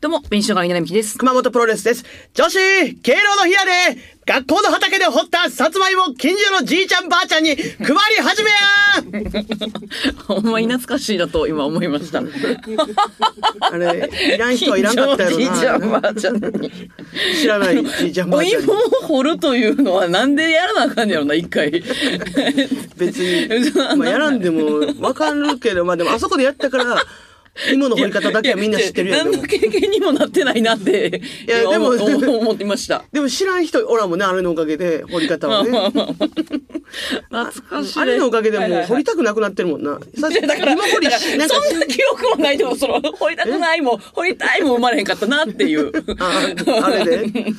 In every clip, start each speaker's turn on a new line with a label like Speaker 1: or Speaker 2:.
Speaker 1: どうも、弁士の神奈美希です。
Speaker 2: 熊本プロレスです。女子、敬老の日やで、学校の畑で掘ったさつまいも近所のじいちゃんばあちゃんに配り始めや
Speaker 1: ほんまに懐かしいだと今思いました。
Speaker 2: あれ、いらん人はいらんかったやろ
Speaker 1: 近所のじいちゃんば
Speaker 2: な。
Speaker 1: あちゃんに。
Speaker 2: 知らないじいちゃんば
Speaker 1: お
Speaker 2: あちゃんに
Speaker 1: 芋を。掘るというのはなんでやらなあかんねやろな、一 回。
Speaker 2: 別に、まあ、やらんでもわかるけど、まあでもあそこでやったから、芋の掘り方だけはみんな知ってるやん。
Speaker 1: い何
Speaker 2: でも
Speaker 1: の経験にもなってないなって、い
Speaker 2: やでも
Speaker 1: 思ってました。
Speaker 2: でも知らん人おらんもんね、あれのおかげで、掘り方
Speaker 1: ま
Speaker 2: は
Speaker 1: あ まあ
Speaker 2: ね。
Speaker 1: まあまあ。懐かしい。
Speaker 2: あれのおかげで
Speaker 1: はいはい
Speaker 2: もう
Speaker 1: はい
Speaker 2: 掘りたくなくなってるもんな。さ
Speaker 1: いやだから、
Speaker 2: 今掘り
Speaker 1: だから
Speaker 2: し、なんか
Speaker 1: そんな記憶もないでも、その、掘りたくないも、掘りたいも生まれへんかったなっていう。
Speaker 2: ああれ で確かにね。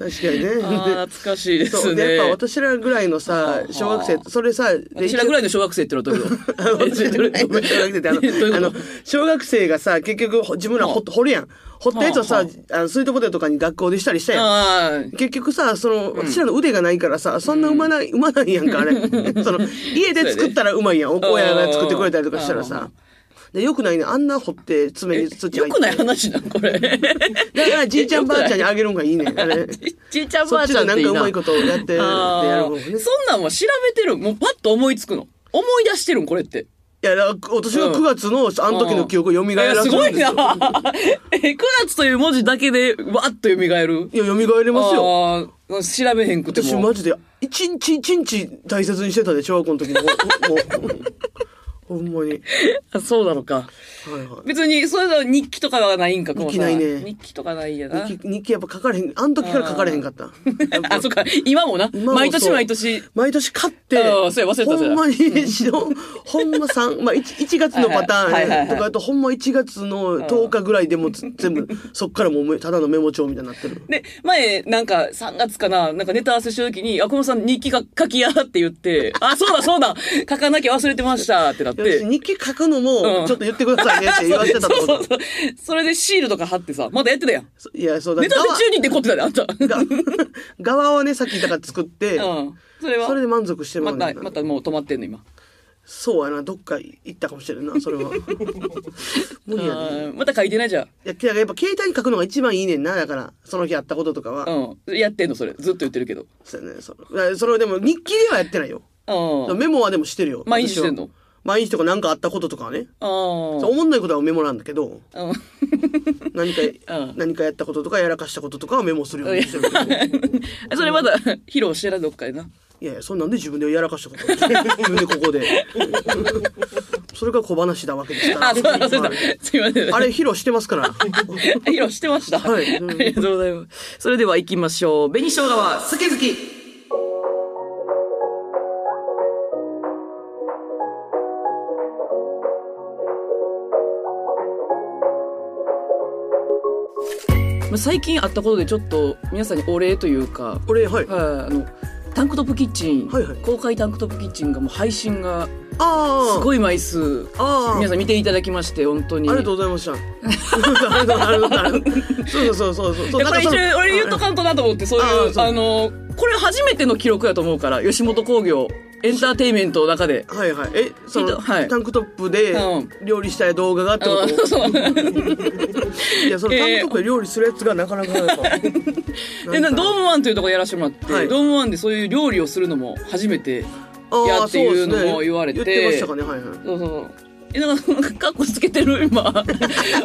Speaker 1: あー懐かしいで
Speaker 2: そ
Speaker 1: す
Speaker 2: うで
Speaker 1: ね。
Speaker 2: やっぱ私らぐらいのさ
Speaker 1: はあ
Speaker 2: 小学生それさで
Speaker 1: 私らぐらいの小学生ってのはどういうこ
Speaker 2: あの
Speaker 1: とえ
Speaker 2: 私らぐらいの小学生ってあ
Speaker 1: どういうこと
Speaker 2: のあの小学生がさ結局ほ自分ら掘っ掘るやん掘ったやつを
Speaker 1: はあ
Speaker 2: さ
Speaker 1: は
Speaker 2: あのスイートポテトとかに学校でしたりしたやん
Speaker 1: あー
Speaker 2: 結局さその私らの腕がないからさそんなうまない、うまないやん かあれその家で作ったらうまいやんお親が作ってくれたりとかした
Speaker 1: う
Speaker 2: ら
Speaker 1: んうん
Speaker 2: さでよくないねあんな掘って爪に土
Speaker 1: よ
Speaker 2: 入って
Speaker 1: くない話な、これ。
Speaker 2: だからじいちゃんばあちゃんにあげるんがいいねんあれ
Speaker 1: ちいちゃんばあちゃんっていい
Speaker 2: そっちでなんかうまいことやって
Speaker 1: あー
Speaker 2: やるもんね
Speaker 1: そんなんは調べてる。もうパッと思いつくの。思い出してるん、これって。
Speaker 2: いや、だから私が9月の、あの時の記憶を蘇
Speaker 1: いや
Speaker 2: らせ
Speaker 1: す
Speaker 2: る
Speaker 1: ごい
Speaker 2: んですよ。
Speaker 1: な。え、9月という文字だけで、わっと蘇る。
Speaker 2: いや、蘇りますよ。
Speaker 1: あー調べへんくても。
Speaker 2: 私マジで、一日一日大切にしてたで、小学校の時 も。ほんほんまに。
Speaker 1: あそうなのか。
Speaker 2: はいは
Speaker 1: 別に、それぞれ日記とかはないんか、こう
Speaker 2: 日記ないね
Speaker 1: 日記とかないやな。
Speaker 2: い。日記日記やっぱ書かれへん、あの時から書かれへんかった。
Speaker 1: あ、そっか、今もな。
Speaker 2: 今もそう
Speaker 1: 毎年毎年。
Speaker 2: 毎年買って、
Speaker 1: うんそうや忘れた
Speaker 2: ほ
Speaker 1: それ
Speaker 2: んまに、 ほんま3、まあ 1, 月のパタ
Speaker 1: はいはいはいは
Speaker 2: ー
Speaker 1: い
Speaker 2: ンとかだと、ほんま1月の10日ぐらいでもう全部、そっからもうめただのメモ帳みたいになってる。
Speaker 1: で、前、なんか、3月かな、なんかネタ合わせした時に、あ、このさん日記が書きやって言って、あ、そうだそうだ書かなきゃ忘れてましたってなっ
Speaker 2: いや私
Speaker 1: て。
Speaker 2: 日記書くの
Speaker 1: うん
Speaker 2: も、ちょっと言ってくださいねって言わせてたと
Speaker 1: そ
Speaker 2: 思
Speaker 1: う
Speaker 2: った
Speaker 1: そうそう。それでシールとか貼ってさ、まだやってたやん。
Speaker 2: いや、そうだ
Speaker 1: ネタ合わせ中にってこってたで、あんた。う
Speaker 2: が側をねさっきだから作って、
Speaker 1: ん。それは、
Speaker 2: それで満足しても
Speaker 1: ま
Speaker 2: らうねん
Speaker 1: た、
Speaker 2: な
Speaker 1: またもう止まってんの今。
Speaker 2: そうやなどっか行ったかもしれんなそれ は無理やね
Speaker 1: うんまた書いてないじゃん。
Speaker 2: いやけどやっぱ携帯に書くのが一番いいねんなだからその日あったこととかは、
Speaker 1: うん。やってんの、それ。ずっと言ってるけど。
Speaker 2: そうやねそいやそれでも日記ではやってないよ
Speaker 1: うん。
Speaker 2: メモはでもしてるよ
Speaker 1: 毎日してんの
Speaker 2: 私は毎日とか何かあったこととかはね、そう
Speaker 1: う
Speaker 2: 思んないことはメモなんだけど
Speaker 1: ん。うん。
Speaker 2: 何か、
Speaker 1: うん
Speaker 2: 何かやったこととかやらかしたこととかはメモ するようにしてるけど
Speaker 1: それまだ 披露してないどっかでな。
Speaker 2: いやいや、そんなんで自分でやらかしたこ と。自分でここで。それが小話だわけですから。
Speaker 1: あ、そうだ、そうだ
Speaker 2: はい。
Speaker 1: すいません。
Speaker 2: あれ披露してますから。
Speaker 1: 披露してました。
Speaker 2: はい
Speaker 1: ありがとうございます。それでは行きましょう。紅生姜は好き好き。まあ最近あったことでちょっと皆さんにお礼というか、
Speaker 2: 俺、はい。あ
Speaker 1: はい、あのタンクトップキッチン、
Speaker 2: はいはい
Speaker 1: 公開タンクトップキッチンがもう配信が
Speaker 2: あ。
Speaker 1: す
Speaker 2: い。
Speaker 1: ごい枚数
Speaker 2: ああ。
Speaker 1: 皆さん見ていただきまして本当に
Speaker 2: ありがとうございました。ありがとうございました。そうそうそうそうそう。
Speaker 1: やっぱり一応俺言っとかんとなと思ってそうい
Speaker 2: あ
Speaker 1: う
Speaker 2: そう
Speaker 1: あのこれ初めての記録やと思うから吉本興業エンターテインメントの中で。
Speaker 2: はいはい。え、そ
Speaker 1: ちょっと
Speaker 2: の、
Speaker 1: はい
Speaker 2: タンクトップで
Speaker 1: うん
Speaker 2: 料理したい動画があってこ
Speaker 1: あそう
Speaker 2: といや、その
Speaker 1: えー
Speaker 2: タンクトップで料理するやつがなかなかやっぱ
Speaker 1: でな
Speaker 2: なんか
Speaker 1: ドームワンというところやらせてもらって、
Speaker 2: はい
Speaker 1: ドームワンでそういう料理をするのも初めて
Speaker 2: あー
Speaker 1: やっていうのも言われて
Speaker 2: そうですね言ってましたかね、
Speaker 1: そ
Speaker 2: はいはい。
Speaker 1: うそうそうえなんかなんかカッコつけてる今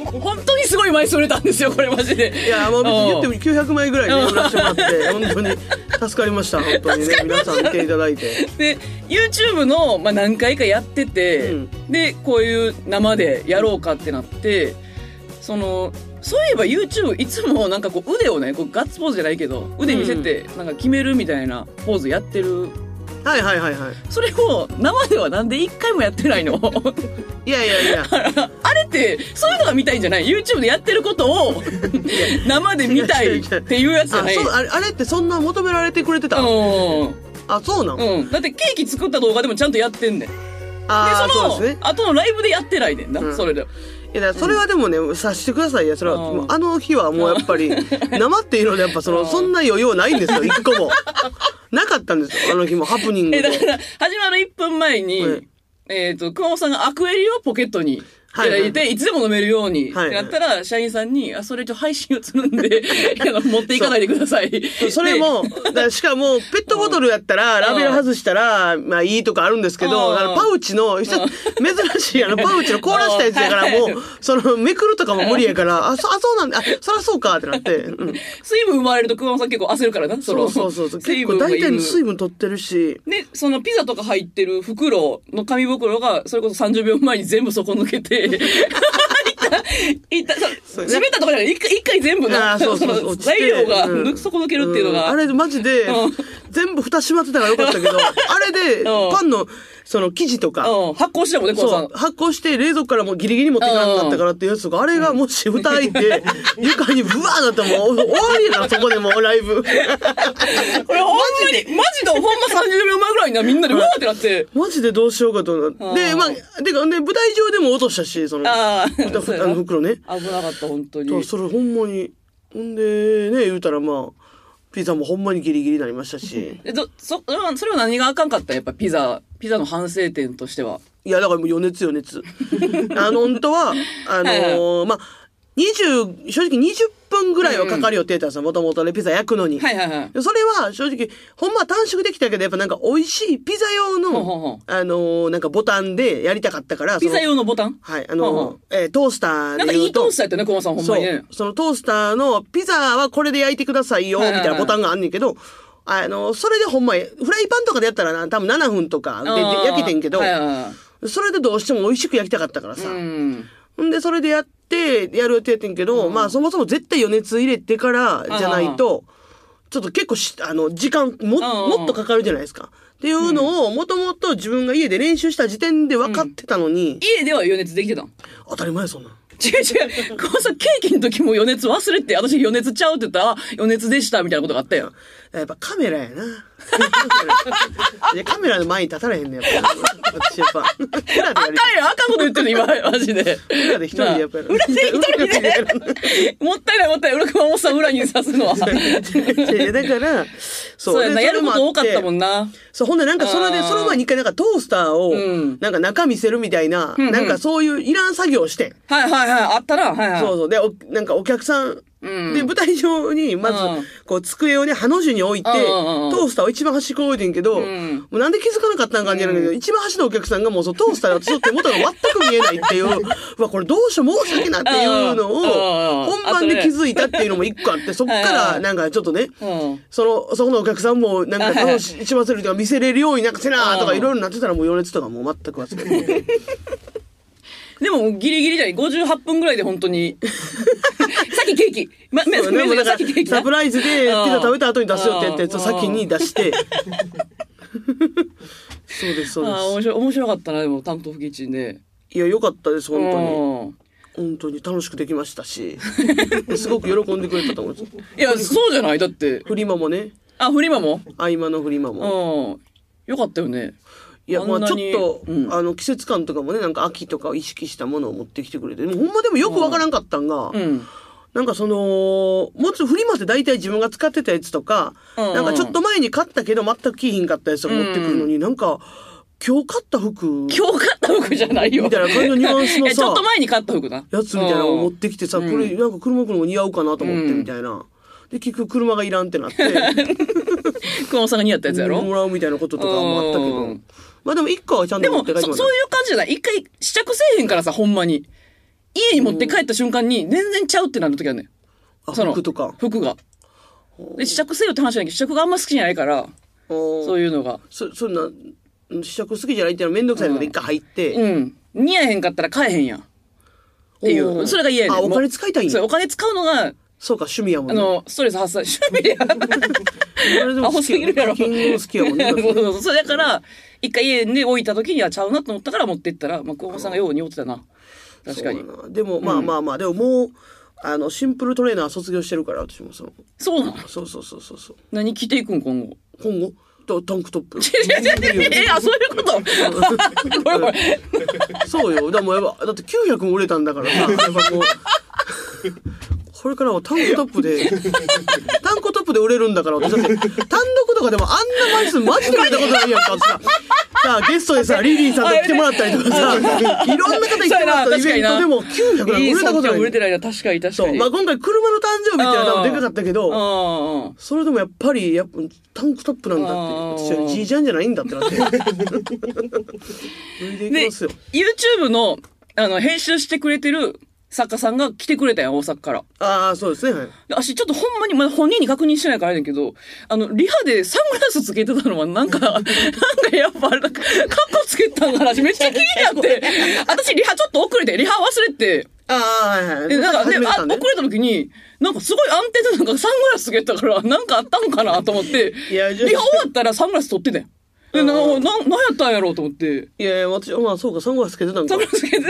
Speaker 1: 本当にすごい枚数売れたんですよこれマジで
Speaker 2: いやもう別に言っても900枚ぐらい
Speaker 1: うん
Speaker 2: ね売らせてもらって本当に助かりま した本当にね皆さん見ていただいて
Speaker 1: で YouTube の、まあ、何回かやってて、
Speaker 2: うん
Speaker 1: でこういう生でやろうかってなってそのそういえば YouTube いつもなんかこう腕をねこうガッツポーズじゃないけど腕見せてなんか決めるみたいなポーズやってる
Speaker 2: はいはいはいはい
Speaker 1: それを生ではなんで一回もやってないの
Speaker 2: いやいやいや
Speaker 1: あれってそういうのが見たいんじゃない YouTube でやってることを生で見たいっていうやつじゃ
Speaker 2: あ
Speaker 1: ない
Speaker 2: そうあれあれってそんな求められてくれてた
Speaker 1: う
Speaker 2: あそうなの
Speaker 1: ん、うん、だってケーキ作った動画でもちゃんとやってんねんで
Speaker 2: ああ
Speaker 1: その
Speaker 2: そうですね
Speaker 1: 後のライブでやってないねんな、
Speaker 2: うん
Speaker 1: それで
Speaker 2: いやだからそれはでもね察してくださいいやそれは
Speaker 1: うん
Speaker 2: もうあの日はもうやっぱ り生っていうのでやっぱそ
Speaker 1: うん
Speaker 2: のそんな余裕はないんですよ一個もなかったんですよあの日もハプニング
Speaker 1: え、だか
Speaker 2: で
Speaker 1: ら、始まる1分前に、
Speaker 2: はい
Speaker 1: えっ、と、熊本さんがアクエリをポケットにって
Speaker 2: はいは
Speaker 1: 言っ
Speaker 2: い
Speaker 1: て、いつでも飲めるように、
Speaker 2: はいはい
Speaker 1: ってなったら、社員さんに、あ、それちょ、配信をするんで、 あの持っていかないでください。
Speaker 2: それも、だからしかも、ペットボトルやったら、ラベル外したら、まあいいとかあるんですけ
Speaker 1: う
Speaker 2: ど、
Speaker 1: ん
Speaker 2: あのパウチの、珍しい、あの、パウチの凍らしたやつやから、
Speaker 1: うん
Speaker 2: もう、その、めくるとかも無理やから、あ、そ、あ、そうなんだ、あ、そらそうか、ってなって、うん。
Speaker 1: で水分奪われると熊本さん結構焦るからな、そ
Speaker 2: そ
Speaker 1: の
Speaker 2: うそうそうそう。
Speaker 1: 水
Speaker 2: 結
Speaker 1: 分
Speaker 2: 構
Speaker 1: が
Speaker 2: 大
Speaker 1: い
Speaker 2: 体
Speaker 1: る
Speaker 2: 水分取ってるし、
Speaker 1: で、そのピザとか入ってる袋の紙袋が、それこそ30秒前に全部底抜けて、 いった、 いった、そ
Speaker 2: そうう
Speaker 1: 閉めたとかじゃない、一回、一回全部な、
Speaker 2: あーそうそうそう
Speaker 1: の
Speaker 2: 落ちて
Speaker 1: 材料が
Speaker 2: うん
Speaker 1: 抜く底抜けるっていうのが、
Speaker 2: んあれマジで、
Speaker 1: うん
Speaker 2: 全部蓋閉まってたからよかったけど、あれで、
Speaker 1: うん
Speaker 2: パンの、その生地とか、
Speaker 1: うん、発酵してもね、こうさ
Speaker 2: そ
Speaker 1: ん
Speaker 2: う、。発酵して冷蔵庫からもうギリギリ持っていかなくなったからっていうやつとか、あれがもし蓋開いて、床にブワーなったらもう終わりやから、そこでもうライ ブ。
Speaker 1: これほんまに、マジでほんま30秒前ぐらいにな、みんなでうわーってなって。
Speaker 2: マジでどうしようかと思って。で、まあ、てか、ね、舞台上でも落としたし、その、
Speaker 1: あ
Speaker 2: あ
Speaker 1: あ、
Speaker 2: の
Speaker 1: そうやな
Speaker 2: 袋ね。
Speaker 1: 危なかった、本当
Speaker 2: だか
Speaker 1: に
Speaker 2: ら。それほんまに。ほんで、ね、言うたらまあ、ピザもほんまにギリギリになりましたし。
Speaker 1: えどそうんそれは何があかんかったやっぱピザ、ピザの反省点としては。
Speaker 2: いや、だからもう余熱余 熱。あの、本当は、あのーまあ、20、正直20分ぐらいはかかる予定だったんですよ、もともとね、ピザ焼くのに。
Speaker 1: はいはいはい。
Speaker 2: でそれは正直、ほんまは短縮できたけど、やっぱなんか美味しいピザ用の、
Speaker 1: ほうほうほ
Speaker 2: あのーなんかボタンでやりたかったから、そ
Speaker 1: ピ
Speaker 2: の
Speaker 1: ザ用のボタン
Speaker 2: はい、あのー
Speaker 1: ほうほう
Speaker 2: えートースタ
Speaker 1: な
Speaker 2: ー
Speaker 1: んか
Speaker 2: で
Speaker 1: い
Speaker 2: 言
Speaker 1: いうトー
Speaker 2: と、
Speaker 1: スターやったよね、コマさん、ほんまにね。
Speaker 2: そう、そのトースターのピザはこれで焼いてくださいよ、み
Speaker 1: はいはいは
Speaker 2: た
Speaker 1: い
Speaker 2: いなボタンがあんねんけど、あのーそれでほんま、フライパンとかでやったらな、多分7分とかでで
Speaker 1: あー
Speaker 2: 焼けてんけど
Speaker 1: は、いはいはい
Speaker 2: それでどうしても美味しく焼きたかったからさ。
Speaker 1: うん。
Speaker 2: んで、それでやって、やる予定やってんけど、まあ、そもそも絶対余熱入れてからじゃないと、ちょっと結構し、あの、時間も、
Speaker 1: うんうん
Speaker 2: もっとかかるじゃないですか。っていうのを、もともと自分が家で練習した時点で分かってたのに、
Speaker 1: 家では余熱できてたん
Speaker 2: 当たり前やそんなん。
Speaker 1: 違う違う。コマさん、ケーキの時も余熱忘れて、私余熱ちゃうって言ったら、あ余熱でした、みたいなことがあったよ。
Speaker 2: やっぱカメ ラやな。いやカメラの前に立たれへんねやっぱ。私やっぱ。裏
Speaker 1: あ
Speaker 2: で
Speaker 1: か
Speaker 2: や
Speaker 1: ん
Speaker 2: り
Speaker 1: よ、あかんこと言ってる、今、 マジで。
Speaker 2: 裏で一人でやっぱり。
Speaker 1: なあ裏で一人で
Speaker 2: やる
Speaker 1: もったいないもったいない。裏熊本さん裏に刺す のは。
Speaker 2: いやだから、そう。
Speaker 1: そうやな、
Speaker 2: で
Speaker 1: やること多かった
Speaker 2: ん
Speaker 1: もんな。
Speaker 2: そう、ほんで、なんか、それ
Speaker 1: あ
Speaker 2: で、
Speaker 1: ー
Speaker 2: その前に一回、なんか、トースターを
Speaker 1: うん、
Speaker 2: なんか、中見せるみたいな、
Speaker 1: んうん
Speaker 2: なんか、そういういらん作業をしてん。
Speaker 1: はいはいはい、あったな。はいはい。
Speaker 2: そうそう。で、おなんか、お客さん、
Speaker 1: うん
Speaker 2: で、舞台上に、ま
Speaker 1: うん
Speaker 2: ず、こう、机をね、ハの字に置いて、
Speaker 1: う
Speaker 2: ト
Speaker 1: んうんうん
Speaker 2: ースターを一番端っこ置いてんけど、
Speaker 1: ん
Speaker 2: もうなんで気づかなかったんかんじゃないけど、一番端のお客さんがもう、そうトースターを取って元が全く見えないっ ていう、うわ、これどうしよう、申し訳ないっていう
Speaker 1: うん
Speaker 2: の
Speaker 1: うんうん
Speaker 2: を、本番で気づいたっていうのも一個 あって、そっか
Speaker 1: はいは
Speaker 2: ら、
Speaker 1: い
Speaker 2: なんか、ちょっとね、
Speaker 1: うん。
Speaker 2: その、そこのお客さんも、なんか楽し、しませるとか見せれるようになんかせなーと
Speaker 1: う
Speaker 2: か
Speaker 1: ん
Speaker 2: いろいろなってたらもう余熱とかもう全く忘 れて。
Speaker 1: でも、ギリギリじゃない。58分ぐらいで本当 に。さっきケーキ。ま、め、
Speaker 2: そうでも
Speaker 1: め、
Speaker 2: だ
Speaker 1: さ
Speaker 2: か
Speaker 1: っきケー
Speaker 2: ら、
Speaker 1: キな
Speaker 2: サプライズでピ
Speaker 1: うん
Speaker 2: ザ食べた後に出すよってやったやつ
Speaker 1: う
Speaker 2: を
Speaker 1: ん
Speaker 2: 先に出して。そうです、そう
Speaker 1: ああ、
Speaker 2: で
Speaker 1: 面白い、面白かったな、でも、担当不キッチンで。
Speaker 2: す。いや、良かったです、本当に。
Speaker 1: うん
Speaker 2: 本当に楽しくできましたし、すごく喜んでくれたと思うんですよ。
Speaker 1: いや、そうじゃないだって。
Speaker 2: フリマもね、
Speaker 1: あ、フリマも
Speaker 2: 合間のフリマ
Speaker 1: うん。
Speaker 2: も。
Speaker 1: よかったよね。
Speaker 2: いや、ま
Speaker 1: あん
Speaker 2: あ
Speaker 1: な
Speaker 2: ちょ
Speaker 1: に
Speaker 2: っと、
Speaker 1: うん
Speaker 2: あの、季節感とかもね、なんか秋とかを意識したものを持ってきてくれて、でもほんまでもよくわからんかったんが、
Speaker 1: うん。
Speaker 2: なんかその、もつフリマって大体自分が使ってたやつとか、
Speaker 1: うん
Speaker 2: なんかちょっと前に買ったけど全く着ひんかったやつを持ってくるのに、なんか、今日買った服、
Speaker 1: 今日買った服じゃないよ。
Speaker 2: みたいな感じのニュアンスの さ
Speaker 1: えちょっと前に買った服な。
Speaker 2: やつみたいなのを持っ
Speaker 1: うん
Speaker 2: てきてさ、これなんか車来るの似合うかなと思ってみたいな。で、結局車がいらんって なって、
Speaker 1: 熊本さんが似合ったやつやろ
Speaker 2: もらうみたいなこととかもあったけ
Speaker 1: う
Speaker 2: ど
Speaker 1: ん。
Speaker 2: まあでも一個はちゃん
Speaker 1: で
Speaker 2: と持
Speaker 1: も
Speaker 2: って帰って
Speaker 1: そ、
Speaker 2: も
Speaker 1: そういう感じじゃない一回試着せえへんからさ、ほんまに。家に持って帰った瞬間に、全然ちゃうってなる時はねん。
Speaker 2: あ
Speaker 1: その
Speaker 2: 服とか。
Speaker 1: 服が。で、試着せよって話じゃないけど、試着があんま好きじゃないから、
Speaker 2: そ
Speaker 1: そういうのが。
Speaker 2: そそんな、試着好きじゃないっていうのはめんどくさいので一回入って、
Speaker 1: うん。似合えへんかったら買えへんやん。ってい
Speaker 2: お
Speaker 1: う。
Speaker 2: ー
Speaker 1: それが嫌やねん。
Speaker 2: あ、お金使いたいん
Speaker 1: そ
Speaker 2: や
Speaker 1: う。お金使うのが、
Speaker 2: そうか、趣味やもん
Speaker 1: あ
Speaker 2: ね。
Speaker 1: の、ストレス発散。趣味や。
Speaker 2: あれで
Speaker 1: ア
Speaker 2: も
Speaker 1: ホ
Speaker 2: 好
Speaker 1: す
Speaker 2: きや
Speaker 1: ぎるやろ。
Speaker 2: キングも好きやもんね
Speaker 1: そう。そうそう。それだから、一回家に置いた時にはちゃうなと思ったから持ってったら、まあ、久保さんがよう似合ってたな。確かに。
Speaker 2: そうやなでも、まあまあまあ、でももう、あの、シンプルトレーナー卒業してるから、私もその、
Speaker 1: そうなの
Speaker 2: そうそうそうそうそう。
Speaker 1: 何着ていくん今後。
Speaker 2: 今後、とタンクトップ。
Speaker 1: え、あ、そういうことごめんごめん
Speaker 2: そうよ。でもやっぱ、だって900も売れたんだ からさ、やっぱもう、これからもタンクトップで、タンクトップで売れるんだから、私だって、単独とかでもあんな枚数マジで売れたことないやんか、私さ。さ、ゲストでさ、リリーさんと来てもらったりとかさ、いろんな方に来てもらったイベントでも900なんか売
Speaker 1: いい
Speaker 2: れた
Speaker 1: 尊
Speaker 2: こと
Speaker 1: 敬
Speaker 2: ない。
Speaker 1: 売れてないな確かに確
Speaker 2: そ
Speaker 1: か
Speaker 2: う。
Speaker 1: に
Speaker 2: まあ今回車の誕生日っていうのは多分でかかったけど、
Speaker 1: うんうん
Speaker 2: それでもやっぱりやっぱタンクトップなんだって
Speaker 1: あー
Speaker 2: 私はジージャンじゃないんだっ てなって脱いでいき
Speaker 1: で
Speaker 2: ますよ
Speaker 1: YouTube のあの編集してくれてる作家さんが来てくれたやん大阪から
Speaker 2: ああそうですねはい
Speaker 1: で私ちょっとほんまにまだ本人に確認してないからあれだけどあのリハでサングラスつけてたのはなん かなんかやっぱあれだカッコつけたの話めっちゃ気になって私リハちょっと遅れてリハ忘れて
Speaker 2: ああはいはい
Speaker 1: でなんか、ね
Speaker 2: 始めて
Speaker 1: あ
Speaker 2: た
Speaker 1: 遅
Speaker 2: ね
Speaker 1: れた時になんかすごい安定でなんかサングラスつけてたからなんかあったんかなと思って
Speaker 2: いや
Speaker 1: リハ終わったらサングラス取ってたよでなななんやったんやろうと思って
Speaker 2: いやいや私まあそうかサングラスつけてたん
Speaker 1: サ
Speaker 2: か
Speaker 1: ングラスつけ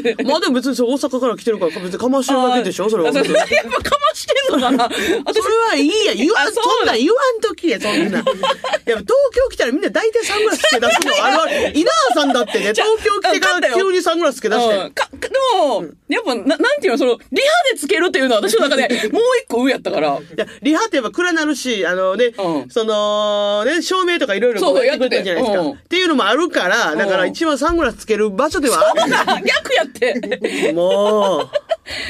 Speaker 1: て て
Speaker 2: まあでも別にそう大阪から来てるから別にかましてるだけでしょそれは
Speaker 1: あそ
Speaker 2: そ
Speaker 1: れ
Speaker 2: れ
Speaker 1: やっぱかましてんのか な私
Speaker 2: はいいや言わ
Speaker 1: あ
Speaker 2: んそ
Speaker 1: そうん
Speaker 2: なん言わんとき やそんないや東京来たらみんな大体サングラスつけ出すのあるある稲葉さんだって ね
Speaker 1: じゃ
Speaker 2: 東
Speaker 1: あ
Speaker 2: 京来てか
Speaker 1: わかった
Speaker 2: ら
Speaker 1: よ
Speaker 2: 急にサングラスつけ出して
Speaker 1: うんかでも、やっぱななんていうのそのリハでつけるっていうのは私の中で もう一個上やったから
Speaker 2: いや、リハってやっぱ暗なるし、あのね、
Speaker 1: うん
Speaker 2: その、ね、照明とかいろいろ
Speaker 1: そうそう
Speaker 2: やってくれたじゃないです
Speaker 1: や
Speaker 2: か。
Speaker 1: ってよ
Speaker 2: った
Speaker 1: うん
Speaker 2: ていうのもあるから、だか
Speaker 1: う
Speaker 2: ら
Speaker 1: ん
Speaker 2: 一番サングラスつける場所ではあ
Speaker 1: 逆やって
Speaker 2: る。もう。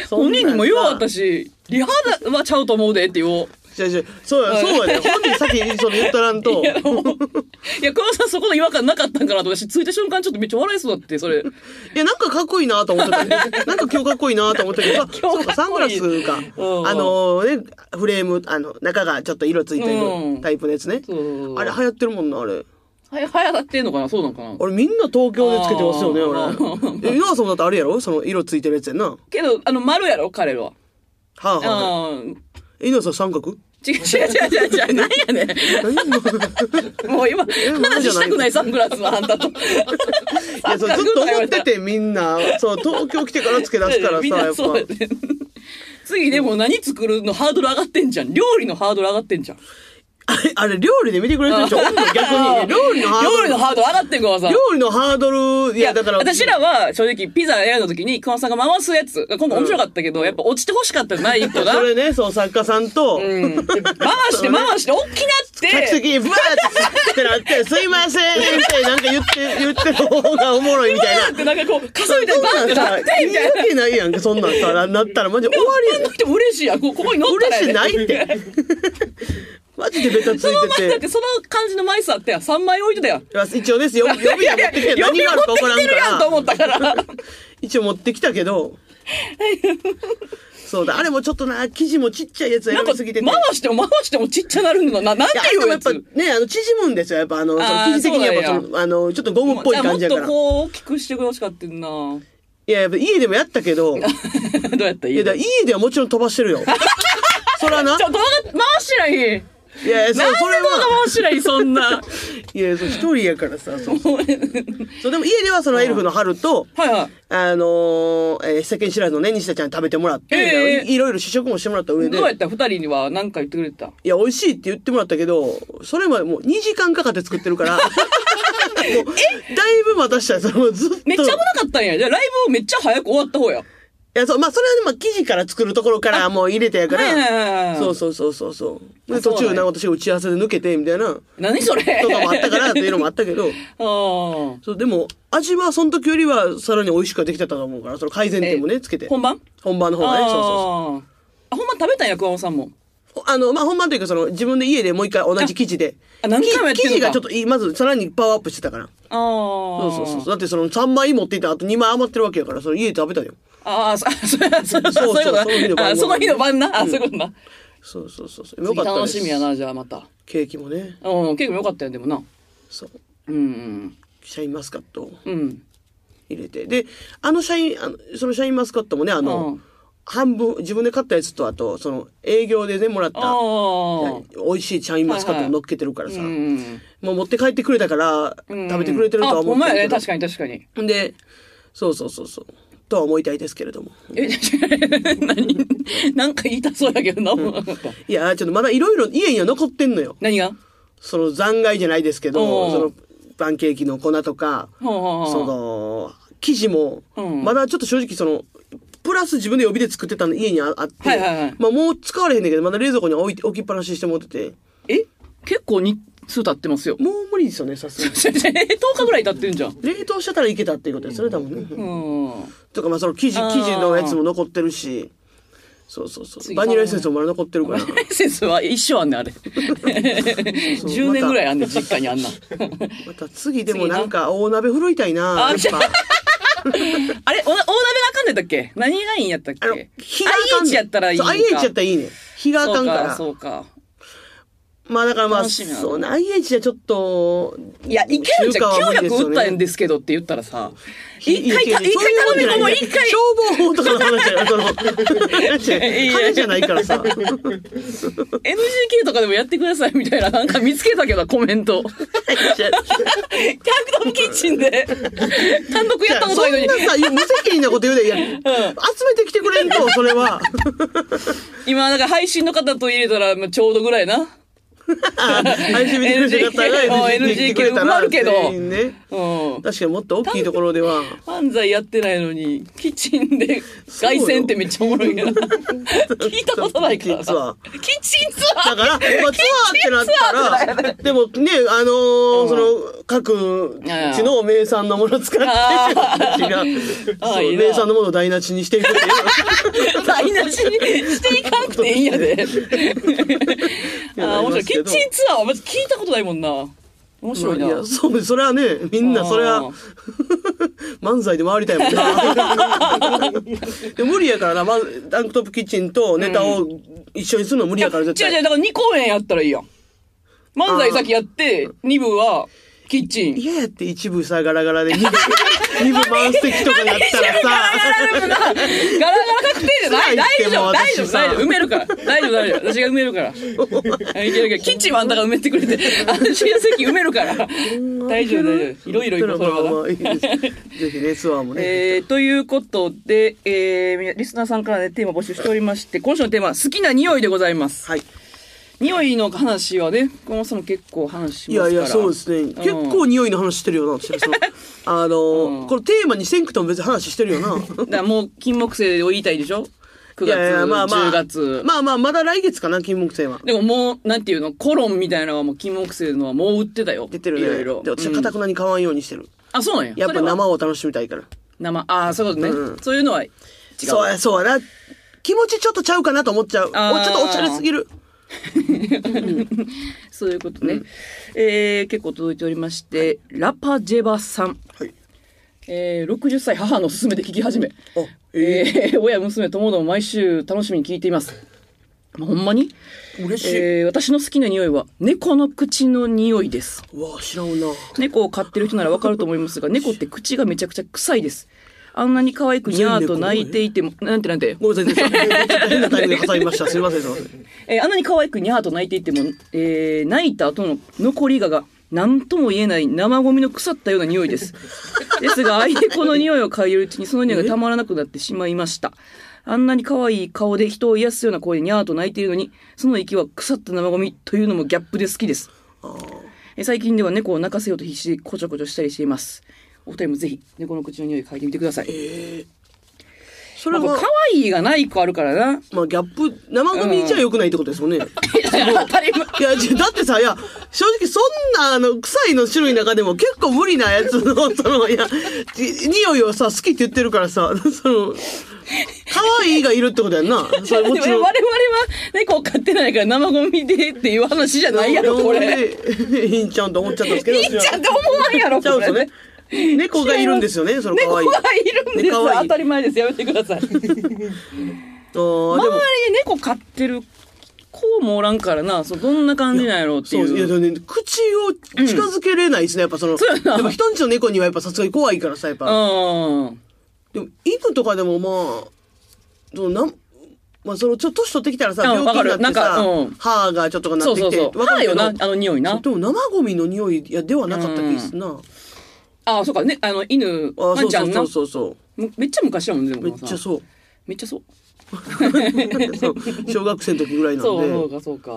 Speaker 2: そん
Speaker 1: 本
Speaker 2: なん
Speaker 1: 人にもようあった
Speaker 2: し。
Speaker 1: しリハはちゃうと思うでって言 おう
Speaker 2: じゃあじゃあそうや、そうやね。本人先にその言っとらんと。
Speaker 1: いやもういや久保さんそこの違和感なかったんかなと私ついた瞬間ちょっとめっちゃ笑いそうだってそれ
Speaker 2: いや、なんかかっこいいなと思ってた。なんか今日かっこいいなと思ったけど、あ
Speaker 1: 今
Speaker 2: そう
Speaker 1: 日か
Speaker 2: か、
Speaker 1: っ
Speaker 2: サング
Speaker 1: こ
Speaker 2: ラ
Speaker 1: いい
Speaker 2: スか。
Speaker 1: うん
Speaker 2: あのね、フレーム、あの、中がちょっと色ついて
Speaker 1: うん
Speaker 2: るタイプのやつね。
Speaker 1: そう
Speaker 2: あれ流行ってるもんな、あれ。
Speaker 1: はやはやってんのかなそうなんかな
Speaker 2: 俺みんな東京でつけてますよね、
Speaker 1: あ
Speaker 2: 俺。え、岩さんだってあれやろその色ついてるやつやんな。は
Speaker 1: けどあの丸やろ彼らは
Speaker 2: あ、
Speaker 1: あ
Speaker 2: はあ。
Speaker 1: ー
Speaker 2: え岩さん三角
Speaker 1: 違う違う違う違う違うなんやねん
Speaker 2: 何い
Speaker 1: もう今話したくないサングラスはあんたと。
Speaker 2: や、そうずっと思っててみんな、そう、東京来てからつけ出 すからさ、
Speaker 1: みんな
Speaker 2: やっぱ。
Speaker 1: そうやね次でも何作るのハードル上がってんじゃん。料理のハードル上がってんじゃん。
Speaker 2: あれ、あれ料理で見てくれてるでしょ温度逆に。料理のハード
Speaker 1: 料
Speaker 2: ル。
Speaker 1: 理のハードル上がってんごさん。
Speaker 2: 料理のハードル、い
Speaker 1: いや、
Speaker 2: や、だから。
Speaker 1: 私らは正直ピザ選んだ時に、熊さんが回すやつ、今回面白かったけど、やっぱ落ちて欲しかったない一個が。
Speaker 2: そうれね、そう、作家さんと、
Speaker 1: ん。回して回して、大きなって。
Speaker 2: 客席にブワーってなって、 すいませんってなんか言って、言ってる方がおもろいみたい な。
Speaker 1: ってなんかこう、傘みたいにバーってな
Speaker 2: さ、
Speaker 1: っ
Speaker 2: いい
Speaker 1: て、みたいな。
Speaker 2: わけないやんか、そんなんさ、なったらマジ終わり
Speaker 1: フ
Speaker 2: やん
Speaker 1: ァンの人も嬉しいやん。こうここに乗ったら
Speaker 2: 嬉しい
Speaker 1: や
Speaker 2: な
Speaker 1: で
Speaker 2: いって。マジでベタつ
Speaker 1: その
Speaker 2: い
Speaker 1: 前だってて
Speaker 2: て。
Speaker 1: その感じの枚数あったやん。3枚置いてたやん。
Speaker 2: 一応ですよ、予備
Speaker 1: いや
Speaker 2: は持ってきて
Speaker 1: いや
Speaker 2: 何があるか分からん
Speaker 1: 呼び
Speaker 2: か
Speaker 1: 持ってきてるやんと
Speaker 2: ら。
Speaker 1: 思ったから。
Speaker 2: 一応持ってきたけど。そうだ、あれもちょっとな、生地もちっちゃいやつ
Speaker 1: な
Speaker 2: 選
Speaker 1: んか
Speaker 2: びす
Speaker 1: 回
Speaker 2: ぎてて。
Speaker 1: しても回してもちっちゃなるのな、なんて
Speaker 2: いや
Speaker 1: い
Speaker 2: で
Speaker 1: う
Speaker 2: もや
Speaker 1: や
Speaker 2: っぱ
Speaker 1: つ。
Speaker 2: ね、あの、縮むんですよ。やっぱあの、そ
Speaker 1: あ
Speaker 2: の
Speaker 1: ー
Speaker 2: 生地的にやっぱ
Speaker 1: そうなんや
Speaker 2: その、あの、ちょっとゴムっぽい
Speaker 1: じゃあも
Speaker 2: 感
Speaker 1: っ
Speaker 2: じやか
Speaker 1: と
Speaker 2: ら。い
Speaker 1: こう大きくしてほしかったな。ど
Speaker 2: や、やっぱ家でもやったけど、いう
Speaker 1: やったい
Speaker 2: や、だから
Speaker 1: ち
Speaker 2: 家ではもちろん飛ばしてるよ。そらな。
Speaker 1: ょっと回してない。なんで
Speaker 2: いや、いや
Speaker 1: 動
Speaker 2: そうそれは、
Speaker 1: 画回してない、そん な。
Speaker 2: いや、そう一人やから さ、そう。そう、でも家ではそのエルフの春と、
Speaker 1: はいはい。
Speaker 2: あのー、えー、世間知らずのね、西田ちゃんに食べてもらって、
Speaker 1: ええ
Speaker 2: いろいろ試食もしてもらった上で、
Speaker 1: どうやった二人には何か言ってくれてた
Speaker 2: いや、美味しいって言ってもらったけど、それまでもう2時間かかって作ってる から、もうだいぶ待たしたよ、そのずっと。
Speaker 1: めっちゃ危なかったんや。じゃあライブめっちゃ早く終わった方や。
Speaker 2: いや、そう、まあ、それはね、まあ、生地から作るところからもう入れてやか
Speaker 1: はいはいはいはい
Speaker 2: ら、そうそうそうそうそう。で、
Speaker 1: あそう
Speaker 2: 途
Speaker 1: なんや
Speaker 2: 中、なんか私が打ち合わせで抜けて、みたいな、
Speaker 1: 何それ
Speaker 2: とかもあっ たからっていうのもあったけど、
Speaker 1: あ
Speaker 2: そう、でも、味はその時よりはさらに美味しくはできてたと思うから、その改善点もね、つ
Speaker 1: あ。
Speaker 2: けて。
Speaker 1: 本番
Speaker 2: 本番の方がね、そうそうそう。
Speaker 1: ああ。あ、ほんま食べたんや、熊本さんも。
Speaker 2: あの、まあ、本番というか、その、自分で家でもう一回同じ生地で。
Speaker 1: ああ何回もやってんのか
Speaker 2: 生地がちょっといい、まず、さらにパワーアップしてたから。
Speaker 1: ああ。
Speaker 2: そうそうそう。だって、その、3枚持っていた後2枚余ってるわけやから、それ家で食べたよ。
Speaker 1: ああ、そ、 そ、そ、そそういうことな。あ、その日の晩な。あ、そういうことな。
Speaker 2: そうそうそうそう。よかった
Speaker 1: 楽
Speaker 2: です
Speaker 1: しみや。な、じゃあまた。
Speaker 2: ケーキもね。
Speaker 1: うん、結構良かったよ、でもな。
Speaker 2: そう。
Speaker 1: うん、
Speaker 2: シャインマスカットを
Speaker 1: うん。うん。
Speaker 2: 入れて。で、あのシャイン、あのそのシャインマスカットもね、あの、
Speaker 1: うん
Speaker 2: 半分、自分で買ったやつと、あと、その、営業でね、もらっ
Speaker 1: あ
Speaker 2: た、
Speaker 1: あ。
Speaker 2: 美味しいシャインマスカットを乗っけてるからさ。
Speaker 1: うん。
Speaker 2: もう持って帰ってくれたから、食べてくれてるとは思
Speaker 1: あ、ほ
Speaker 2: うん
Speaker 1: ま
Speaker 2: て
Speaker 1: やね、
Speaker 2: るけど
Speaker 1: 確かに確か に。
Speaker 2: で、そうそうそうそう。とは思いたいですけれども。
Speaker 1: え、何なんか言いたそうやけどな、もうなんか
Speaker 2: いやー、ちょっとまだいろいろ家には残ってんのよ。
Speaker 1: 何が
Speaker 2: その残骸じゃないですけ
Speaker 1: おう
Speaker 2: ど、そのパンケーキの粉とか、
Speaker 1: ほうほうほ
Speaker 2: そうの、生地も、
Speaker 1: うん
Speaker 2: まだちょっと正直その、プラス自分で予備で作ってたの家にああって、
Speaker 1: はいはいはい
Speaker 2: まあもう使われへんねんけど、まだ冷蔵庫には置いて置きっぱなしにして持ってて、
Speaker 1: え結構に、すぐ経ってますよ。
Speaker 2: もう無理ですよね、さすがに。
Speaker 1: 10日ぐらい経ってんじゃん。
Speaker 2: 冷凍してたらいけたっていうことですよね、多分ね。
Speaker 1: うん。
Speaker 2: とか、まあ、その生地、
Speaker 1: あー
Speaker 2: 生地のやつも残ってるし。そうそうそう。
Speaker 1: 次
Speaker 2: バニラエッセンスもまだ残ってるから。
Speaker 1: エッセンスは一生あんねん、あれ。10年ぐらいあんねん、実家にあんな。
Speaker 2: また次でもなんか大鍋振るいたいな。
Speaker 1: あ
Speaker 2: やっぱ。
Speaker 1: あれお大鍋があかんねんだっけ何がいいんやったっ
Speaker 2: あの
Speaker 1: け、
Speaker 2: 日があかんね
Speaker 1: ?IH
Speaker 2: ん
Speaker 1: やったらいいん
Speaker 2: そう
Speaker 1: か。
Speaker 2: IH やったらいいねん。日があかんから。
Speaker 1: そうか、
Speaker 2: まあだからまあ、
Speaker 1: 楽しみやな
Speaker 2: そうね、IH じゃちょっと、
Speaker 1: そうか。いや、いけるんじゃん。
Speaker 2: 中華は無理です
Speaker 1: 900打
Speaker 2: よね
Speaker 1: ったんですけどって言ったらさ、
Speaker 2: ひ
Speaker 1: 一回
Speaker 2: いけ
Speaker 1: た、
Speaker 2: る
Speaker 1: 一回
Speaker 2: そうい
Speaker 1: 頼
Speaker 2: う
Speaker 1: み込
Speaker 2: も
Speaker 1: も
Speaker 2: ん
Speaker 1: う
Speaker 2: じ
Speaker 1: 一回。
Speaker 2: ゃない消防法とかの話じゃない。 その、金じゃないからさ。
Speaker 1: NGK とかでもやってくださいみたいな、なんか見つけたけど、コメン ト。キャンドルキッチンで、単独やったこと
Speaker 2: そ
Speaker 1: なんいの
Speaker 2: な
Speaker 1: に、
Speaker 2: さ、無責任なこと言うで、いや、集めてきてくれんと、それ は。
Speaker 1: 今、なんか配信の方と入れたら、まあちょうどぐらいな。
Speaker 2: あ配信見てくれてる方が
Speaker 1: NGK
Speaker 2: NGK 来てくれた
Speaker 1: 埋ま
Speaker 2: ら、
Speaker 1: るけど
Speaker 2: 全員ね。
Speaker 1: うん。
Speaker 2: 確かにもっと大きいところでは、
Speaker 1: 漫才やってないのに、キッチンで凱旋ってめっちゃおもろいな。聞いたことないからな。
Speaker 2: キッチンツア
Speaker 1: キッチンツアー
Speaker 2: ーだから、まあ、ツアーってなったら、でもね、あのーその、各地の名産のもの使って、
Speaker 1: あ
Speaker 2: 違う
Speaker 1: あ
Speaker 2: そう
Speaker 1: いいな
Speaker 2: 名産のものを台無しにしていくっていう。
Speaker 1: 台無しにしていかなくていいんやで。ああ、面白い。キッチンツアーはまず聞いたことないもんな。面白いな。
Speaker 2: いや、そう、それはね、みんな、それ
Speaker 1: う
Speaker 2: は
Speaker 1: ん、
Speaker 2: 漫才で回りたいもんな。 で無理やからな、まず、ダンクトップキッチンとネタを一緒にするの無理やから、絶
Speaker 1: 違う違
Speaker 2: 対。
Speaker 1: う、だから2公演やったらいいやん。漫才先やって、2部はキッチン。
Speaker 2: 嫌やって一部さ、ガラガラで、二部、二部満席とかにな ったらさ、
Speaker 1: ガラガラ確定じゃない。大
Speaker 2: 辛いって
Speaker 1: 丈
Speaker 2: もう
Speaker 1: 夫、大丈
Speaker 2: 私
Speaker 1: 夫、
Speaker 2: さ
Speaker 1: 大丈夫。埋めるから。大丈夫、大丈夫。私が埋めるから。いけるいける。キッチンはあんたが埋めてくれて、私が席埋めるから。大丈夫、大丈夫。いろいろいろ、それ
Speaker 2: まあま
Speaker 1: は
Speaker 2: あいいですぜひ ね、ツアーもね。
Speaker 1: えー、ということで、えー、リスナーさんから、ね、テーマ募集しておりまして、今週のテーマは好きな匂いでございます。
Speaker 2: はい。
Speaker 1: 匂いの話はね、このさんも結構話し
Speaker 2: い
Speaker 1: ますか
Speaker 2: や
Speaker 1: ら。
Speaker 2: いや、そうですね。結構匂いの話してるよな、私ら そのあの、
Speaker 1: うん
Speaker 2: このテーマにせんくとも別に話してる よな。
Speaker 1: だからもう金木犀を言いたいでしょ ?9 月、
Speaker 2: いやいや
Speaker 1: 10月。
Speaker 2: まあまあ、まだ来月かな、金木犀は。
Speaker 1: でももう、なんていうの、コロンみたいなのはもう金木犀のはもう売ってたよ。
Speaker 2: 出てる
Speaker 1: い
Speaker 2: ね。
Speaker 1: ろいろ。
Speaker 2: で、私は
Speaker 1: うん
Speaker 2: かたくなに買わんようにしてる。
Speaker 1: あ、そうなんや。
Speaker 2: やっぱ
Speaker 1: それは
Speaker 2: 生を楽しみたいから。
Speaker 1: 生。ああ、そういうことね、
Speaker 2: うん
Speaker 1: そういうのは違う。
Speaker 2: そうや、そうやな。気持ちちょっとちゃうかなと思っちゃう。お
Speaker 1: あー
Speaker 2: ちょっとおしゃれすぎる。
Speaker 1: そういうことね。えー、結構届いておりまして、ラパジェバさん。
Speaker 2: はい。
Speaker 1: えー、60歳母の勧めで聞き始め。
Speaker 2: あ、え
Speaker 1: えー、親、娘ともども毎週楽しみに聞いています。ほんまに、
Speaker 2: ー、嬉しい。
Speaker 1: えー、私の好きな匂いは猫の口の匂いです。
Speaker 2: うわ、知らんな。
Speaker 1: 猫を飼ってる人ならわかると思います が、猫って口がめちゃくちゃ臭いです。あんなに可愛くにゃーと泣いていても、 なんてなんて、
Speaker 2: ごめんなさい。ちょっと変なタイミングで挟みました。すみません、すみません。
Speaker 1: えーあんなに可愛くにゃーと泣いていても、えー泣いた後の残りがが、なんとも言えない生ゴミの腐ったような匂い です。ですが、愛猫の匂いを嗅いでるうちにその匂いがたまらなくなってしまいました。あんなに可愛い顔で人を癒すような声でにゃーと泣いているのに、その息は腐った生ゴミというのもギャップで好きです。
Speaker 2: あー
Speaker 1: えー最近では猫を泣かせようと必死でこちょこちょしたりしていますお二人もぜひ猫の口の匂い嗅いでみてください
Speaker 2: えー、そ
Speaker 1: な
Speaker 2: れ
Speaker 1: んか
Speaker 2: は
Speaker 1: 可、愛いがない個あるからな
Speaker 2: まあ、ギャップ、生組じゃ良くないってことですもんね。
Speaker 1: 当たり前
Speaker 2: いや、じゃだってさ、いや、正直そんな、あの、臭いの種類の中でも結構無理なやつの、その、いや、じ匂いをさ、好きって言ってるからさ、その、可愛いがいるってことやんな。それも
Speaker 1: でも
Speaker 2: ち
Speaker 1: ね我
Speaker 2: ろん。
Speaker 1: 々は猫を飼ってないから生ゴミでっていう話じゃないやろこれ。
Speaker 2: いいんちゃうんと思っちゃったんですけど。
Speaker 1: いいんちゃんって思わんやろ
Speaker 2: ちゃ
Speaker 1: こ
Speaker 2: うんです
Speaker 1: れね
Speaker 2: よね。猫がいるんですよね、その
Speaker 1: 猫
Speaker 2: 可
Speaker 1: が
Speaker 2: 愛
Speaker 1: い
Speaker 2: い。
Speaker 1: るんです
Speaker 2: 可愛い
Speaker 1: 当たり前ですやめてください周りに
Speaker 2: あーでも。
Speaker 1: 猫飼ってる子もおらんからなそうどんな感じなんやろうって
Speaker 2: そ、
Speaker 1: いう
Speaker 2: いや、
Speaker 1: う
Speaker 2: でもね口を近づけれないですね、やっぱその。
Speaker 1: そうやな
Speaker 2: でも人んちの猫にはやっぱさすがに怖いからさ、やっぱ。
Speaker 1: うん
Speaker 2: でも犬とかでもまあそのなんまあそのちょっと年取ってきたらさ
Speaker 1: うん
Speaker 2: 病気になって
Speaker 1: わかる
Speaker 2: さ、
Speaker 1: なんかうん
Speaker 2: 歯がちょっとかな
Speaker 1: そ
Speaker 2: っ
Speaker 1: う
Speaker 2: て
Speaker 1: そ
Speaker 2: き
Speaker 1: う
Speaker 2: て
Speaker 1: そう
Speaker 2: わか
Speaker 1: 歯
Speaker 2: るけ
Speaker 1: よ
Speaker 2: ど
Speaker 1: なあの匂いな
Speaker 2: でも生ゴミの匂いいやではなかった気ですな
Speaker 1: ああそうかねあの犬
Speaker 2: ああ
Speaker 1: ワ
Speaker 2: そ
Speaker 1: ン
Speaker 2: う
Speaker 1: ちゃ
Speaker 2: そ
Speaker 1: んな
Speaker 2: うそうそうそ
Speaker 1: むめっちゃ昔やもんねで
Speaker 2: う
Speaker 1: も
Speaker 2: めっちゃ
Speaker 1: さ
Speaker 2: そう
Speaker 1: めっちゃそう
Speaker 2: そう小学生の時ぐらいなん
Speaker 1: そう
Speaker 2: で
Speaker 1: そうかそうか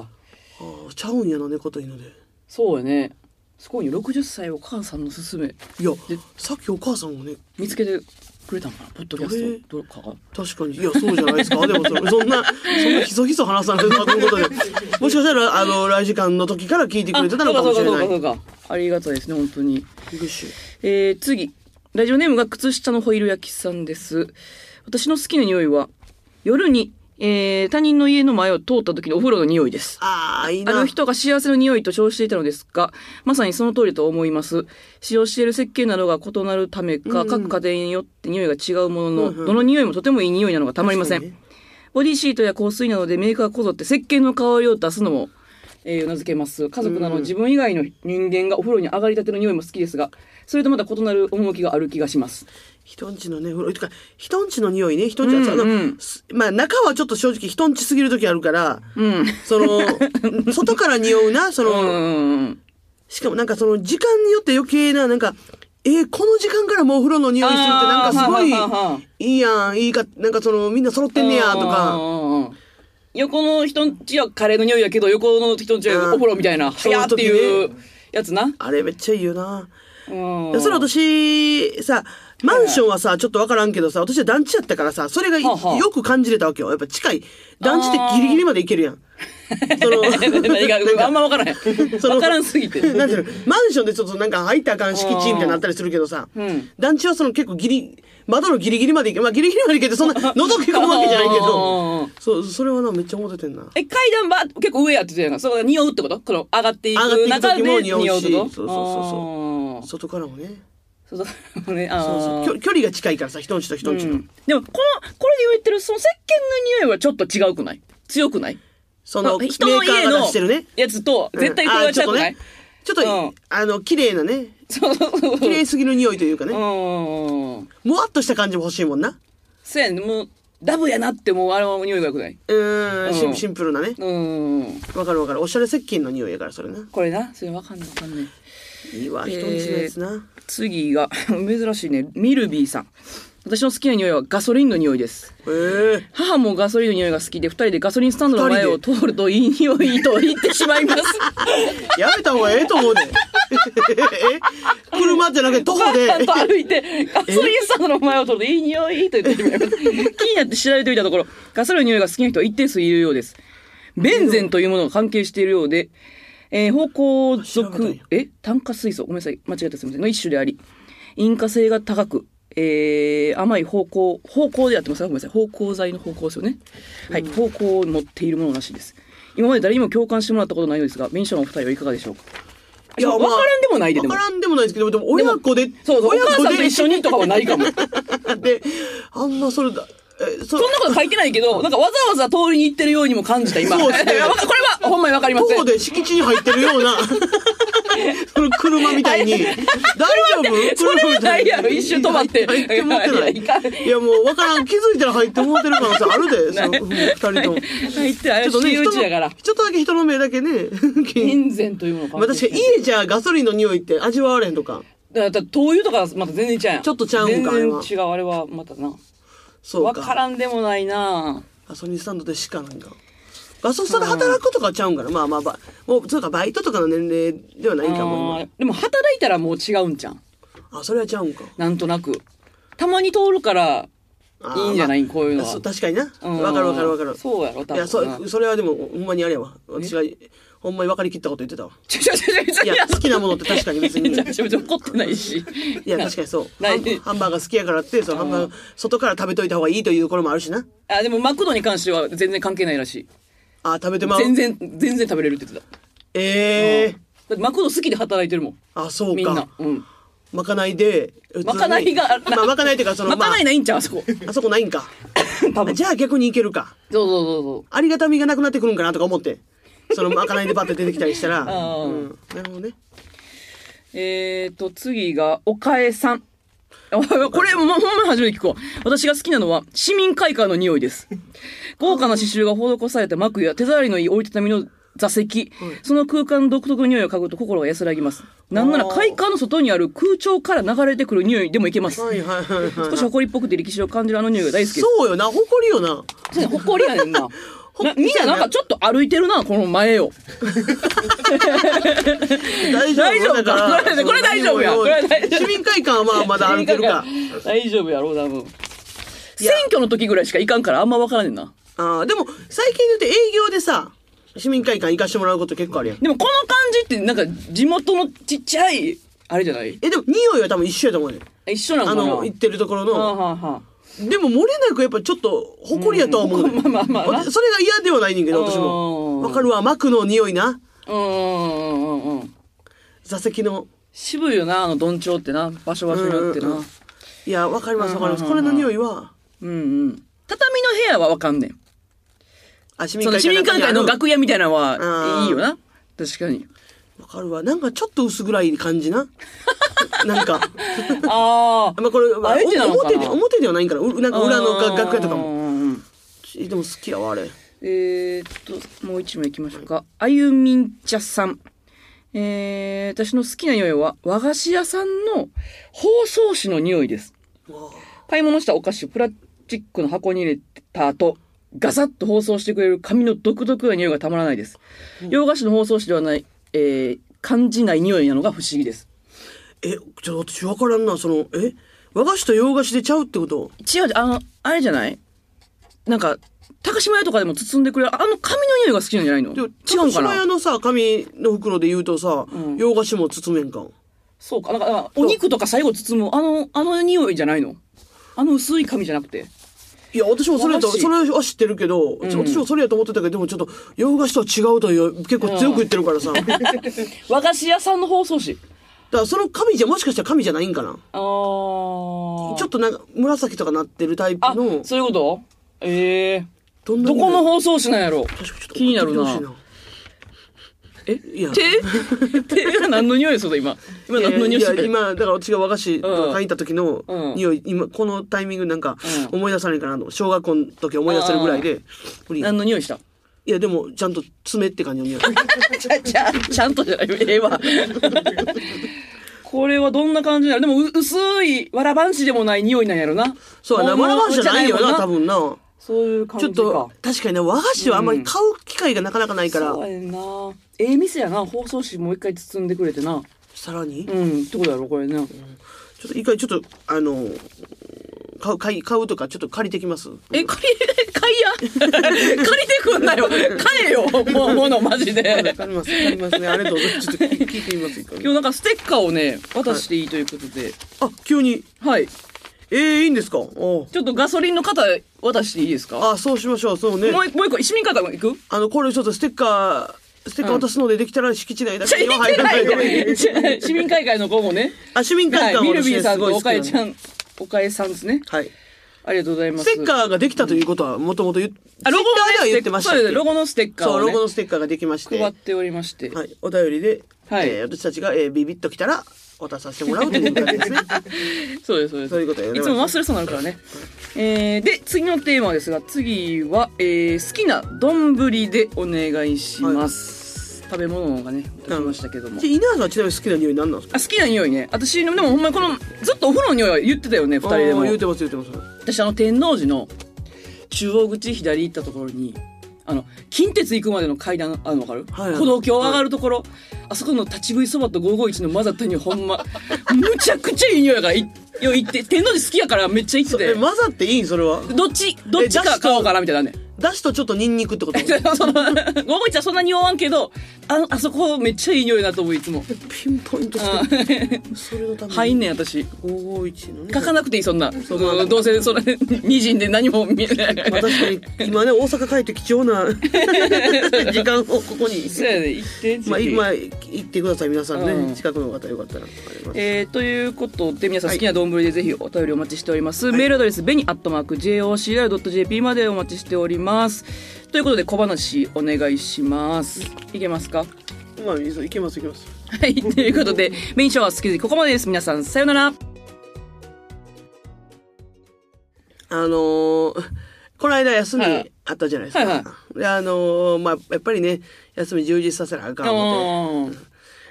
Speaker 2: ああちゃうんやな猫と犬で
Speaker 1: そうやねすごいよ60歳お母さんの勧め
Speaker 2: いやさっきお母さんもね
Speaker 1: 見つけてくれたのかなポッドキャストどうかが
Speaker 2: 確かに。いや、そうじゃないですか。でもそれ、そんな、そんなひそひそ話さないとということで、もしかしたら、あの、来時間の時から聞いてくれてたのかもしれ
Speaker 1: あ
Speaker 2: な
Speaker 1: そ
Speaker 2: い。
Speaker 1: うかそうかそうかそうかありがたいですね本当に
Speaker 2: グッシュ
Speaker 1: えー、次。ラジオネームが靴下のホイル焼きさんです。私の好きな匂いは、夜に、えー、他人の家の前を通った時のお風呂の匂いです。
Speaker 2: ああ、いい
Speaker 1: あ
Speaker 2: な。
Speaker 1: の人が幸せの匂いと称していたのですが、まさにその通りと思います。使用している石鹸などが異なるためか、
Speaker 2: うん
Speaker 1: 各家庭によって匂いが違うものの、
Speaker 2: うんうん
Speaker 1: どの匂いもとてもいい匂いなのがたまりません。
Speaker 2: 確かにね
Speaker 1: ボディシートや香水などでメーカーこぞって石鹸の香りを出すのも、えー、うなずけます。家族など
Speaker 2: うん
Speaker 1: 自分以外の人間がお風呂に上がりたての匂いも好きですが、それとまた異なる趣がある気がします。
Speaker 2: 人んちのね、風呂、とか、人んちの匂いね、人んちはさ、
Speaker 1: うんうん
Speaker 2: あのすまあ、中はちょっと正直人んちすぎる時あるから、
Speaker 1: うん。
Speaker 2: その、外から匂うな、そ
Speaker 1: うん
Speaker 2: の、
Speaker 1: うん。
Speaker 2: しかもなんかその時間によって余計な、なんか、えーこの時間からもうお風呂の匂いするってなんかすごい、
Speaker 1: あーはあはあはあ
Speaker 2: いいやん、いいか、なんかその、みんな揃ってんねや、と
Speaker 1: うん
Speaker 2: か、
Speaker 1: うんうん。横の人んちはカレーの匂いだけど、横の人んちはお風呂みたいな、は
Speaker 2: そうい
Speaker 1: やー
Speaker 2: う
Speaker 1: って
Speaker 2: 時ね
Speaker 1: いうやつな。うん。
Speaker 2: あれめっちゃいいよな。それ私、さ、マンションはさ、ちょっとわからんけどさ、私は団地やったからさ、それがい
Speaker 1: はあはあ
Speaker 2: よく感じれたわけよ。やっぱ近い。団地ってギリギリまで行けるやん。そ
Speaker 1: 何があんま分からへん。
Speaker 2: その
Speaker 1: 分からんすぎて。
Speaker 2: なんていうのマンションでちょっとなんか入ったらあかん敷地みたいになったりするけどさ、
Speaker 1: うん
Speaker 2: 団地はその結構ギリ、窓のギリギリまで行け、まあギリギリまで行け てそんな覗き込むわけじゃないけ
Speaker 1: あ
Speaker 2: ど
Speaker 1: ー、
Speaker 2: そう、それはな、めっちゃ思っててんな。
Speaker 1: え、階段は結構上やって言ってたやんか。そこが匂うってことこの上がっていく
Speaker 2: 上がっ
Speaker 1: 中
Speaker 2: てい
Speaker 1: で
Speaker 2: く時も匂うし
Speaker 1: ってこと
Speaker 2: そうそうそうそう
Speaker 1: あーそう
Speaker 2: 外からもね。
Speaker 1: そう。そうね。あー
Speaker 2: そうそう。距距離が近いからさ、人んちと人んちの。
Speaker 1: うんでも、この、これで言ってる、その石鹸の匂いはちょっと違うくない強くない
Speaker 2: その、
Speaker 1: あ
Speaker 2: メー
Speaker 1: 人の
Speaker 2: カ
Speaker 1: 家
Speaker 2: ーが出してる
Speaker 1: の
Speaker 2: ね。
Speaker 1: やつと、絶対これ
Speaker 2: うんあ
Speaker 1: は
Speaker 2: ーち
Speaker 1: 違
Speaker 2: ょっ
Speaker 1: く
Speaker 2: と
Speaker 1: ない、
Speaker 2: ね、ちょっと、
Speaker 1: うん
Speaker 2: あの、綺麗なね、
Speaker 1: そうそうそう。
Speaker 2: 綺麗すぎる匂いというかね、
Speaker 1: うん。
Speaker 2: もわっとした感じも欲しいもんな。
Speaker 1: そうやねもう、ダブやなって、もう、あの匂いが良くないう
Speaker 2: ーん、シ
Speaker 1: うん
Speaker 2: ンシンプルなね。
Speaker 1: うん。
Speaker 2: わかるわかる。おしゃれ石鹸の匂いやから、それな。
Speaker 1: これな、それわかんないわかんない。
Speaker 2: いいわ、
Speaker 1: えー
Speaker 2: 人んちのやつな。
Speaker 1: 次が、 珍しいね、ミルビーさん。私の好きな匂いはガソリンの匂いです。
Speaker 2: えー
Speaker 1: 母もガソリンの匂いが好きで、二人でガソリンスタンドの前を通るといい匂いと言ってしまいます。
Speaker 2: やめた方がええと思う で。え車じゃなくて徒歩 で
Speaker 1: ちゃ。んと歩いて、ガソリンスタンドの前を通るといい匂いと言ってしまいます。 気になって調べてみたところ、ガソリンの匂いが好きな人は一定数いるようです。ベンゼンというものが関係しているようで、えー、方向
Speaker 2: 調べたん
Speaker 1: 属
Speaker 2: や、
Speaker 1: え、炭化水素、ごめんなさい、間違えたすみません、の一種であり、引火性が高く、えー、甘い方向、方向でやってますかごめんなさい、方向剤の方向ですよね。はい、方向を持っているものらしいです。今まで誰にも共感してもらったことないのですが、ベンションお二人はいかがでしょうかいや、わからんでもないで、で
Speaker 2: わ
Speaker 1: も
Speaker 2: か。らんでもないですけど、でも親子で、
Speaker 1: そうそう、お
Speaker 2: 親
Speaker 1: 母
Speaker 2: 子
Speaker 1: さんと一緒にとかはないかも。そんな
Speaker 2: で、あんまそれだ、え、そ
Speaker 1: こと書いてないけど、なんかわざわざ通りに行ってるようにも感じた、今。
Speaker 2: そうですね
Speaker 1: これは、ほんまにわかりま
Speaker 2: 徒
Speaker 1: せん。
Speaker 2: 歩で敷地に入ってるような、 その車みたいに、大丈夫
Speaker 1: それはないやろ
Speaker 2: 車みたに
Speaker 1: 一瞬止まって
Speaker 2: 入ってもうてない
Speaker 1: やいかん
Speaker 2: い。いや、もうわからん。気づいたら入ってもうてる可能性ある で、その二人とも。
Speaker 1: 入って、あれ、私有
Speaker 2: 人
Speaker 1: 地やから
Speaker 2: の。ちょっとだけ人の目だ けね、気に
Speaker 1: 人前というものか。
Speaker 2: まあ確かに家じゃガソリンの匂いって味わわれへんとか。
Speaker 1: だから、灯油とかまた全然ちゃうやん。
Speaker 2: ちょっとちゃうんかあれ
Speaker 1: 全
Speaker 2: は
Speaker 1: 然違う、あれは、またな。
Speaker 2: そう
Speaker 1: わ
Speaker 2: か。
Speaker 1: からんでもないな
Speaker 2: ガソリンスタンドでしかなんか。ガソスタで働くとかちゃうんから、まあまあば、もう、そうか、バイトとかの年齢ではないかも
Speaker 1: あーでも、働いたらもう違うんじゃん。
Speaker 2: 今。あ、それはちゃうんか。
Speaker 1: なんとなく。たまに通るから、
Speaker 2: あ
Speaker 1: い
Speaker 2: ー
Speaker 1: いんじゃない
Speaker 2: まあ
Speaker 1: こういうのは
Speaker 2: そ確かにな。
Speaker 1: うん
Speaker 2: わかるわかるわかる。
Speaker 1: そうやろ多分
Speaker 2: いや、そ、それはでも、ほんまにあれやわ。私が、ほんまに分かりきったこと言ってたわ。
Speaker 1: ちょちょちょちょ
Speaker 2: いや、好きなものって確かに別に。
Speaker 1: めちゃめちゃめちゃ怒ってないし。
Speaker 2: いや、確かにそう。
Speaker 1: な
Speaker 2: ハ
Speaker 1: い
Speaker 2: ンハンバーガー好きやからって、そのハンバーガー、外から食べといた方がいいというところもあるしな。
Speaker 1: あ、でもマクドに関しては全然関係ないらしい。
Speaker 2: あー、食べてまう。
Speaker 1: 全然、全然食べれるって言ってた。
Speaker 2: ええ
Speaker 1: だってマクド好きで働いてるもん。
Speaker 2: あ、そうか。
Speaker 1: みんな。うん。
Speaker 2: まかないで、普通に
Speaker 1: まかないが
Speaker 2: まあ、まかないっていうか、その、
Speaker 1: まかない
Speaker 2: ま
Speaker 1: ないんちゃうあ そこ。そう
Speaker 2: あ、あそこないんか。じゃあ逆にいけるか。
Speaker 1: そうそうそう。
Speaker 2: ありがたみがなくなってくるんかなとか思って。そのまかないでバッて出てきた りしたら。
Speaker 1: ー
Speaker 2: うん。なるほどね。
Speaker 1: えーと、次が、おかえさん。 あこれも、ほんまに初めて聞こう。私が好きなのは、市民会館の匂い です。豪華な刺繍が施された幕や手触りのいい折りたたみの座席、その空間独特の匂いを嗅ぐと心が安らぎます。なんなら
Speaker 2: あー
Speaker 1: 会館の外にある空調から流れてくる匂いでもいけます。
Speaker 2: はいはいはい
Speaker 1: 少し
Speaker 2: は
Speaker 1: 埃っぽくて歴史を感じるあの匂いが大好
Speaker 2: い。
Speaker 1: きです。
Speaker 2: そうよな、誇りよな。
Speaker 1: そうやね、埃やねんな。
Speaker 2: ほ
Speaker 1: なみんななんかちょっと歩いてるな、この前を。
Speaker 2: 大丈夫
Speaker 1: 大丈夫か
Speaker 2: だら
Speaker 1: これこれ大丈夫や
Speaker 2: その
Speaker 1: これ大丈夫
Speaker 2: 市民会館はまあまだ歩けるか。
Speaker 1: 大丈夫やろ、多分。選挙の時ぐらいしか行かんからあんま分からんねんな。
Speaker 2: ああ、でも最近で言って営業でさ、市民会館行かしてもらうこと結構あるやん。
Speaker 1: でもこの感じってなんか地元のちっちゃい、あれじゃない
Speaker 2: え、でも匂いは多分一緒やと思うねん
Speaker 1: 一緒なの
Speaker 2: あ
Speaker 1: かな
Speaker 2: の、行ってるところ
Speaker 1: はあ
Speaker 2: の。
Speaker 1: はあはあ
Speaker 2: でも漏れなくやっぱちょっと誇りやとは思うねん。
Speaker 1: うんまあまあまあな
Speaker 2: それが嫌ではないねんけど、私
Speaker 1: うん
Speaker 2: も。わかるわ、幕の匂いな。
Speaker 1: うんうんうんうん。
Speaker 2: 座席の。
Speaker 1: 渋いよな、あの、どんちょうってな。場所場所にあってな。う
Speaker 2: うんんうんいや、わかりますわかります。
Speaker 1: うん
Speaker 2: これの匂いは、
Speaker 1: うん。畳の部屋は分かんねん。
Speaker 2: あ、市
Speaker 1: その市民会館の楽屋みたいなの
Speaker 2: う
Speaker 1: は
Speaker 2: ん
Speaker 1: いいよな。確かに。
Speaker 2: わかるわ。なんかちょっと薄暗い感じ な。なんか。
Speaker 1: あ
Speaker 2: まあこれ、まあ
Speaker 1: あえてなのかな
Speaker 2: 表で、表ではないんから、うなん
Speaker 1: あ。
Speaker 2: か裏のが楽屋とかも。
Speaker 1: も。
Speaker 2: でも好きやわ、あれ。
Speaker 1: えー、っと、もう一枚いきましょうか。あゆみんちゃさん。えー、私の好きな匂いは和菓子屋さんの包装紙の匂いです。買い物したお菓子をプラスチックの箱に入れた後、ガサッと包装してくれる紙の独特な匂いがたまらないです。洋菓子の包装紙ではない、えー、感じない匂いなのが不思議です。
Speaker 2: え、ちょっと私わからんな、その、え和菓子と洋菓子でちゃうってこと
Speaker 1: 違う、あの、あれじゃないなんか、高島屋とかでも包んでくれる、あの紙の匂いが好きなんじゃないの
Speaker 2: でも、
Speaker 1: 違うんか
Speaker 2: 高島屋
Speaker 1: な
Speaker 2: のさ、紙の袋で言うとさ、
Speaker 1: うん
Speaker 2: 洋菓子も包めんかん。
Speaker 1: そうか、なんか、なんかお肉とか最後包む、あの、あの匂いじゃないのあの薄い紙じゃなくて。
Speaker 2: いや、私もそれやと、
Speaker 1: 和菓子
Speaker 2: それは知ってるけど、私もそれやと思ってたけど、でもちょっと、洋菓子とは違うという、結構強く言ってるからさ。 だか
Speaker 1: 和菓子屋さんの包装紙。
Speaker 2: らその紙じゃ、もしかしたら紙じゃないんかな
Speaker 1: あー。
Speaker 2: ちょっとなんか、紫とかなってるタイプ
Speaker 1: あ、
Speaker 2: の、
Speaker 1: そういうことええ
Speaker 2: どんな
Speaker 1: どこの放送紙なんやろ
Speaker 2: 確かちょっと
Speaker 1: 気になる
Speaker 2: 送ってきて
Speaker 1: な
Speaker 2: ほ。
Speaker 1: え
Speaker 2: いや
Speaker 1: 手 手が何の匂いする今。今
Speaker 2: しいな
Speaker 1: 何の匂いす
Speaker 2: いや
Speaker 1: る
Speaker 2: 今、だから私が和菓子とか買いに行った時の
Speaker 1: うん
Speaker 2: 匂い、今、このタイミングなんか
Speaker 1: うん
Speaker 2: 思い出さないかなと。小学校の時思い出せるぐらいで。無理
Speaker 1: 何の匂いした
Speaker 2: いや、でも、ちゃんと爪って感じ の匂い。
Speaker 1: ちゃ、ちゃ、ちゃんとじゃない。ええ わ。これはどんな感じなのでも、う薄い、わらばんしでもない匂いなんやろな。
Speaker 2: そうやな、わらばんじゃないよな、多
Speaker 1: 分。
Speaker 2: 分な。
Speaker 1: そういう感
Speaker 2: ち
Speaker 1: じ
Speaker 2: ょっ
Speaker 1: か。
Speaker 2: と、確かにね、和菓子はあんまり買う機会がなかなかないから
Speaker 1: そ、うやんな。ええ店やな。包装紙もう一回包んでくれてな。
Speaker 2: さらに、ち
Speaker 1: う
Speaker 2: ょ
Speaker 1: ん、ってことやろ、これね。
Speaker 2: っと一回ちょっと、あの、買う、買い買うとか、ちょっと借りてきます。
Speaker 1: え、借り、買いや。 借りてくんなよ。買えよ。もう、もの、マジ
Speaker 2: わ
Speaker 1: で。
Speaker 2: かります、わかりますね。ありがとうございます。ちょっと聞いてみます、一回
Speaker 1: 今日なんかステッカーをね、渡していいということで。
Speaker 2: あ、急に。
Speaker 1: はい。
Speaker 2: ええいいんですかおう
Speaker 1: ちょっとガソリンの方渡していいですかも
Speaker 2: あ、そうしましょう。そうね
Speaker 1: う。一もう一個、市民会館も行く
Speaker 2: あの、これちょっとステッカー、ステッカー渡すので、できたら敷地内だ
Speaker 1: じゃ
Speaker 2: け
Speaker 1: あ
Speaker 2: には
Speaker 1: 行っ
Speaker 2: 入
Speaker 1: て
Speaker 2: ら
Speaker 1: な
Speaker 2: ない いように。
Speaker 1: から。市民会館の子もね。
Speaker 2: あ、市民会
Speaker 1: は
Speaker 2: 館
Speaker 1: い。ミルビーさんと
Speaker 2: 私
Speaker 1: おかえちゃ、
Speaker 2: すごい好きなん
Speaker 1: おかえさんですね。
Speaker 2: はい。
Speaker 1: ありがとうございます。
Speaker 2: ステッカーができたということは、もともと言っ、
Speaker 1: あ、ロゴ
Speaker 2: ツイッターでは
Speaker 1: のね
Speaker 2: 言ってました
Speaker 1: そう
Speaker 2: っ
Speaker 1: です
Speaker 2: け。
Speaker 1: ロゴのステッカー
Speaker 2: そう、
Speaker 1: を
Speaker 2: ロ
Speaker 1: ね
Speaker 2: ゴのステッカーができまして、
Speaker 1: 配っ
Speaker 2: は
Speaker 1: ておりまして。
Speaker 2: い、お便りで、
Speaker 1: はい
Speaker 2: えー私たちが、えービビッときたら、渡させてもらうというこ とですね。
Speaker 1: そうです、そうです。
Speaker 2: そういうことやね
Speaker 1: いつも忘れそうになるからね。えー、で、次のテーマですが、次は、えー、好きな丼でお願いします。食べ物がね、出しましたけども
Speaker 2: じ。ゃあ稲葉さんちなみに好きな匂い何なんですか
Speaker 1: あ好きな匂いね。私、でもほんまにこの、ずっとお風呂の匂いは言ってたよね、二人で
Speaker 2: あ
Speaker 1: も
Speaker 2: ー言。うてます、言うてます。
Speaker 1: 私、あの、天王寺の中央口左行ったところに、あの、近鉄行くまでの階段、あの、わかる、
Speaker 2: はいはい
Speaker 1: 歩道橋上がるところ、あそこの立ち食いそばと551の混ざった匂い、ほ んま、むちゃくちゃいい匂いやから、いよ行って、天王寺好きやからめっちゃ行ってて。
Speaker 2: え、混ざっていいんそれは。
Speaker 1: どっち、どっちか買おうかなみたいなね。
Speaker 2: だしとちょっとニンニクってこと
Speaker 1: その、午後一はそんなに匂わんけど、あの、あそこめっちゃいい匂いだと思う、いつも。
Speaker 2: ピンポイントしてる。それの ために。
Speaker 1: 入んねん、私。
Speaker 2: 551のね。
Speaker 1: 書かなくていい、そんな。
Speaker 2: うまあ
Speaker 1: どうせ、それ、二人で何も見えない。
Speaker 2: まあ確かに今ね大阪帰って貴 重な時間をここに。
Speaker 1: そうやね、行って。
Speaker 2: まあ
Speaker 1: ぜひ
Speaker 2: 今行ってください皆さんね、
Speaker 1: うん
Speaker 2: 近くの方よかったらあります。
Speaker 1: えーということで皆さん好きな丼でぜひお便りお待ちしております、メールアドレス「ベニアットマーク JOCR.jp」までお待ちしておりますということで小話お願いしますいけますか
Speaker 2: まあいいぞ行けます行けます。
Speaker 1: はいということでメインショーは好きでここまでです皆さんさよなら
Speaker 2: あのーこの間休み
Speaker 1: はい
Speaker 2: あったじゃないです
Speaker 1: は
Speaker 2: か。
Speaker 1: いは
Speaker 2: であのーまあやっぱりね休み充実させなあかん思って
Speaker 1: うん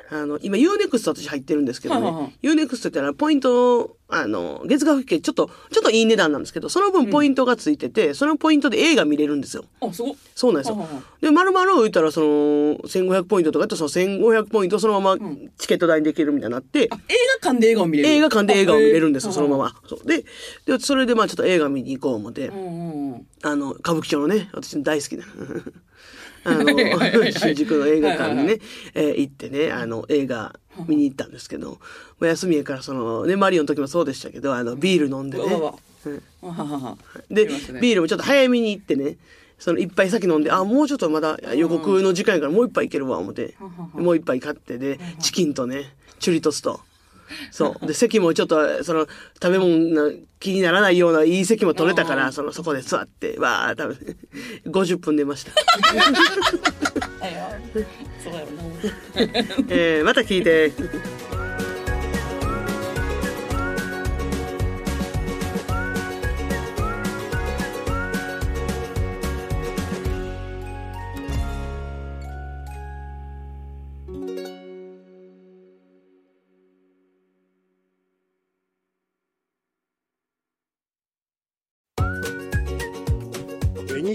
Speaker 2: あの、今 UNEXT 私入ってるんですけど
Speaker 1: はいはいは
Speaker 2: ね。UNEXT ってのはポイント、あの、月額券ちょっと、ちょっといい値段なんですけど、その分ポイントがついてて、そのポイントで映画見れるんですよ。
Speaker 1: あ、すごっ。
Speaker 2: そうなんです
Speaker 1: は
Speaker 2: よ
Speaker 1: いはいはい。
Speaker 2: で、丸々言ったら、その、1500ポイントとかやったら、その1500ポイントそのままチケット代にできるみたいになって、
Speaker 1: あ映画館で映画を見れる。
Speaker 2: 映画館で映画を見れるんですよ、
Speaker 1: あ
Speaker 2: そのま。ま。そうで、で、それでまあちょっと映画見に行こう思って
Speaker 1: えー、うんうんうん。
Speaker 2: あの、歌舞伎町のね、私の大 好きな、あ
Speaker 1: はいはいは
Speaker 2: の、
Speaker 1: い
Speaker 2: 新宿の映画館
Speaker 1: はいはい
Speaker 2: に
Speaker 1: は
Speaker 2: ね、えー行ってね、あの、映画見に行ったんですけど、もう休みやから、その、ね、マリオの時もそうでしたけど、あの、ビール飲んでね
Speaker 1: うわうわ、
Speaker 2: うん
Speaker 1: あははは
Speaker 2: で、
Speaker 1: 見ますね
Speaker 2: ビールもちょっと早めに行ってね、その一杯先飲んで、あ、もうちょっとまだ予告の時間やからもう一杯いけるわ、思って
Speaker 1: うんうん。うん
Speaker 2: もう一杯買ってで、チキンとね、チュリトスと。そう。で、席もちょっと、その、食べ物の気にならないようないい席も取れたか
Speaker 1: うんう
Speaker 2: ら、その、そこで座って、わー、食べて、50分寝 ました。
Speaker 1: はいはいそうやろな
Speaker 2: えー、また聞いて。
Speaker 3: 紅